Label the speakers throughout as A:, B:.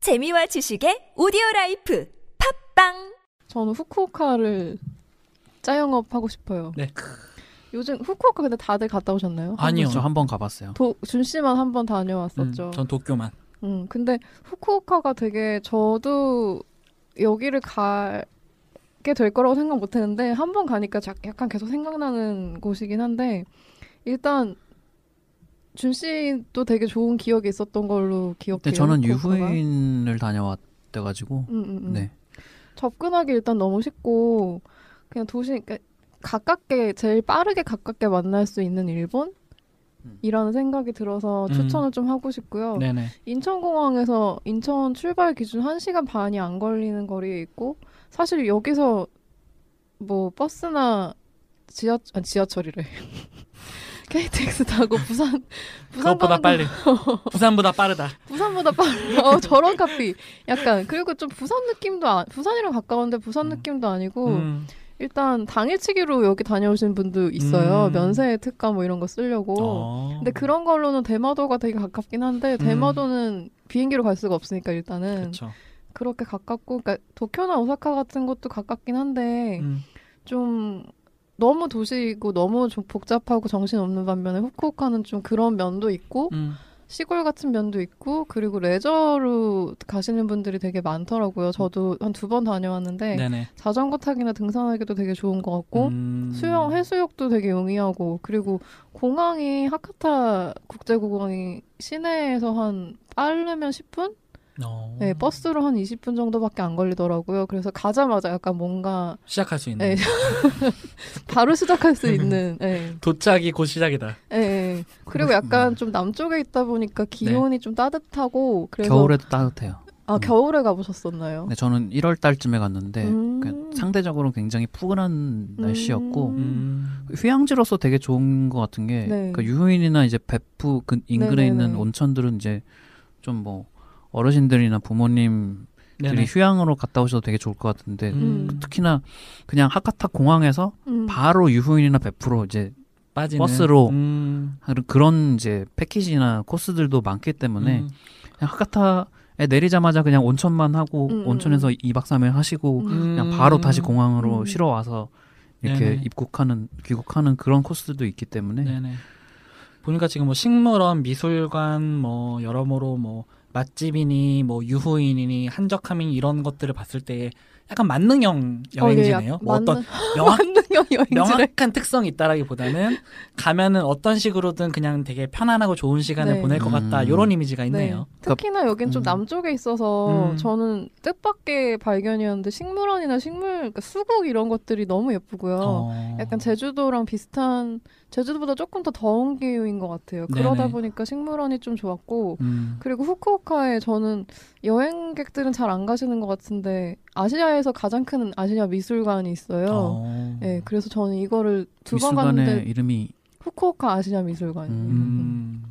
A: 재미와 지식의 오디오 라이프 팝빵
B: 저는 후쿠오카를 짜영업 하고 싶어요.
C: 네.
B: 요즘 후쿠오카 근데 다들 갔다 오셨나요?
C: 아니요,
B: 어, 한국에서?
C: 저 한 번 가봤어요.
B: 도, 준 씨만 한 번
C: 음,
B: 다녀왔었죠.
C: 전 도쿄만.
B: 음, 근데 후쿠오카가 되게 저도 여기를 가게 될 거라고 생각 못 했는데 한 번 가니까 자- 약간 계속 생각나는 곳이긴 한데 일단 준 씨도 되게 좋은 기억이 있었던 걸로 기억해요.
C: 근데 네, 저는
B: 후쿠오카가.
C: 유후인을 다녀왔대 가지고
B: 네, 음, 음, 음.
C: 네.
B: 접근하기 일단 너무 쉽고 그냥 도시 그러니까 가깝게 제일 빠르게 가깝게 만날 수 있는
C: 음.
B: 일본이라는 생각이 들어서
C: 음.
B: 추천을 좀 하고 싶고요.
C: 네, 네.
B: 인천공항에서 인천 출발 기준 1시간 반이 안 걸리는 거리에 있고 사실 여기서 뭐 버스나 지하 아니, 지하철이래. KTX 타고 부산 부산
C: 그것보다
B: 가는
C: 빨리. 부산보다 빠르다.
B: 부산보다 빠르. 어, 저런 카피. 약간 그리고 좀 부산 느낌도 아, 부산이랑 가까운데 부산
C: 음.
B: 느낌도 아니고
C: 음.
B: 일단 당일치기로 여기 다녀오신 분도 있어요.
C: 음.
B: 면세 특감 뭐 이런 거 쓰려고.
C: 어.
B: 근데 그런 걸로는 대마도가 되게 가깝긴 한데 대마도는 비행기로 갈 수가 없으니까 일단은
C: 음. 그렇죠.
B: 그렇게 가깝고 그러니까 도쿄나 오사카 같은 것도 가깝긴 한데
C: 음.
B: 좀 너무 도시이고 너무 좀 복잡하고 정신없는 반면에 후쿠오카는 좀 그런 면도 있고
C: 음.
B: 시골 같은 면도 있고 그리고 레저로 가시는 분들이 되게 많더라고요. 저도 한 두 번 다녀왔는데
C: 네, 네.
B: 자전거 타기나 등산하기도 되게 좋은 것 같고
C: 음.
B: 수영 해수욕도 되게 용이하고 그리고 공항이 하카타 국제공항이 시내에서 한 빠르면 10분?
C: 어.
B: 네, 버스로 한 20분 정도밖에 안 걸리더라고요. 그래서 가자마자 약간 뭔가
C: 시작할 수 있는.
B: 네. 바로 시작할 수 있는 예.
C: 도착이 곧 시작이다.
B: 예, 예. 그리고 약간 좀 남쪽에 있다 보니까 기온이 좀 따뜻하고 그래서
C: 네. 겨울에도 따뜻해요.
B: 아, 겨울에 가보셨었나요?
C: 음. 네, 저는 1월 달쯤에 갔는데
B: 음.
C: 그
D: 그러니까
C: 상대적으로 굉장히 푸근한 날씨였고 음.
D: 휴양지로서 되게 좋은 것 같은 게
B: 네.
D: 그 유인이나 이제 베프 근 인근에
B: 네네네.
D: 있는 온천들은 이제 좀 뭐 어르신들이나 부모님들이
C: 네, 네.
D: 휴양으로 갔다 오셔도 되게 좋을 것 같은데
B: 음.
D: 특히나 그냥 하카타 공항에서
B: 음.
D: 바로 유후인이나 베프로 이제
C: 빠지는
D: 버스로
C: 음.
D: 하는 그런 이제 패키지나 코스들도 많기 때문에
C: 음.
D: 그냥 하카타에 내리자마자 그냥 온천만 하고
B: 음, 음,
D: 온천에서 2박 3일 하시고 그냥 바로 다시 공항으로
B: 음.
D: 실어 와서 이렇게
C: 네네.
D: 입국하는 귀국하는 그런 코스들도 있기 때문에
C: 네네. 보니까 지금 뭐 식물원, 미술관, 뭐 여러모로 뭐 맛집이니 뭐 유후인이니 한적함이니 이런 것들을 봤을 때 약간 만능형
B: 어, 예,
C: 여행지네요.
B: 약-
C: 뭐 어떤
B: 만능-
C: 명확,
B: 만능형 여행지래. 네.
C: 명확한 특성이 있다라기보다는 가면은 어떤 식으로든 그냥 되게 편안하고 좋은 시간을
B: 네.
C: 보낼 것 같다
D: 음.
C: 이런 이미지가
B: 네.
C: 있네요. 그러니까
B: 특히나 여긴 좀
D: 음.
B: 남쪽에 있어서
C: 음.
B: 저는 뜻밖의 발견이었는데 식물원이나 식물 그러니까 수국 이런 것들이 너무 예쁘고요.
C: 어.
B: 네. 약간 제주도랑 비슷한 제주도보다 조금 더 더운 기후인 것 같아요. 그러다
C: 네네.
B: 보니까 식물원이 좀 좋았고
C: 음.
B: 그리고 후쿠오카에 저는 여행객들은 잘 안 가시는 것 같은데 아시아에서 가장 큰 아시아 미술관이 있어요.
C: 어.
B: 예, 그래서 저는 이거를 두 번
D: 미술관의
B: 갔는데
D: 이름이
B: 후쿠오카 아시아 미술관.
D: 음.
C: 음.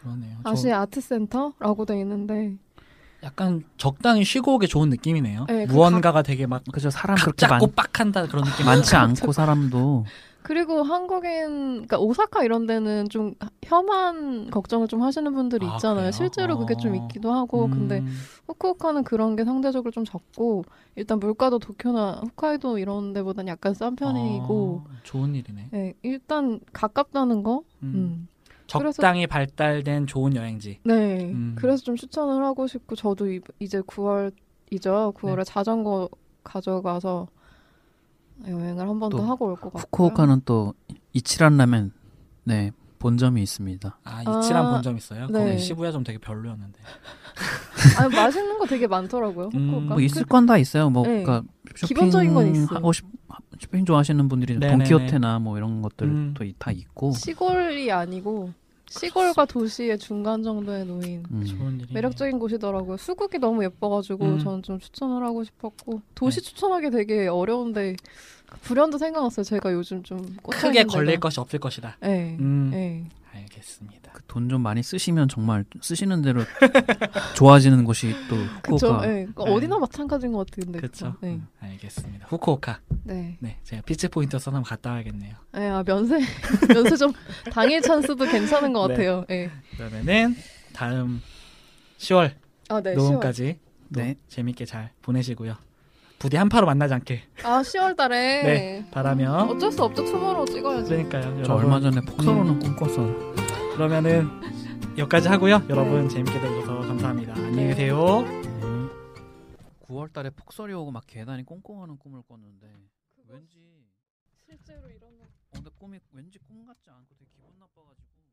C: 그러네요. 저
B: 아시아 아트센터라고 돼 있는데
C: 약간 적당히 쉬고 오기 좋은 느낌이네요.
B: 네, 그
C: 무언가가 되게 막
D: 그죠 사람 그렇게
C: 각잡고
D: 많,
C: 빡한다 그런 느낌
D: 많지 않고 사람도
B: 그리고 한국인, 그러니까 오사카 이런 데는 좀 혐한 걱정을 좀 하시는 분들이
C: 아,
B: 있잖아요.
C: 그래요?
B: 실제로 그게 좀
C: 어.
B: 있기도 하고, 근데
C: 음.
B: 후쿠오카는 그런 게 상대적으로 좀 적고, 일단 물가도 도쿄나 홋카이도 이런 데보단 약간 싼 편이고,
C: 어, 좋은 일이네.
B: 네, 일단 가깝다는 거,
C: 음.
B: 음.
C: 적당히 발달된 좋은 여행지.
B: 네,
C: 음.
B: 그래서 좀 추천을 하고 싶고, 저도 이- 이제 9월이죠. 9월에
D: 네.
B: 자전거 가져가서 여행을 한 번 더
D: 또
B: 하고 올 것 같고요.
D: 후쿠오카는 또 이치란 라멘 네 본점이 있습니다
C: 아 이치란
B: 아,
C: 본점 있어요.
B: 네.
C: 거기 시부야 좀 되게 별로였는데.
B: 아, 맛있는 거 되게 많더라고요,
C: 음,
B: 후쿠오카.
D: 뭐 있을 건 다 있어요 뭐
B: 네.
D: 그러니까 쇼핑
B: 기본적인 건 있어요.
D: 하고 싶 쇼핑 좋아하시는 분들이
C: 네네네. 음.
D: 돈키호테나 뭐 이런 것들도 다 있고
B: 그 시골이 아니고 시골과 도시의 중간 정도에 놓인
D: 음.
C: 좋은 일이.
B: 매력적인 곳이더라고요. 수국이 너무 예뻐가지고
C: 음.
B: 저는 좀 추천을 하고 싶었고 도시
D: 네.
B: 추천하기 되게 어려운데 그 불현듯 생각났어요. 제가 요즘 좀 꽂혀
C: 크게
B: 있는
C: 걸릴
B: 데가.
C: 것이 없을 것이다.
B: 네.
C: 음,
B: 네.
C: 알겠습니다.
D: 그 돈 좀 많이 쓰시면 정말 쓰시는 대로 좋아지는 곳이 또
B: 그쵸.
D: 후쿠오카
B: 예. 그러니까
C: 네.
B: 어디나 마찬가지인 것 같은데.
C: 그렇죠.
B: 네.
C: 알겠습니다. 후쿠오카.
B: 네.
C: 네, 제가 피치 포인트 써서 한번 갔다 와야겠네요.
B: 예, 아, 면세 면세 좀 당일 찬스도 괜찮은 것
C: 네.
B: 같아요. 예.
C: 그러면은 다음 10월
B: 아, 네. 10월.
C: 녹음까지 또
D: 네.
C: 재밌게 잘 보내시고요. 부디 한파로 만나지 않게
B: 아, 10월 달에.
C: 네, 바라며.
B: 음, 어쩔 수 없죠. 투모로우 찍어야지.
C: 그러니까요.
D: 저
C: 여러분.
D: 얼마 전에 폭설오는 꿈꿨어요.
C: 그러면은 여기까지 하고요. 여러분 재밌게 들어주셔서 감사합니다. 안녕히
B: 네.
C: 계세요.
D: 9월달에 폭설이 오고 막 계단이 꽁꽁하는 꿈을 꿨는데 왠지
B: 실제로 일어나
D: 어, 근데 꿈이 왠지 꿈 같지 않고 되게 기분 나빠가지고.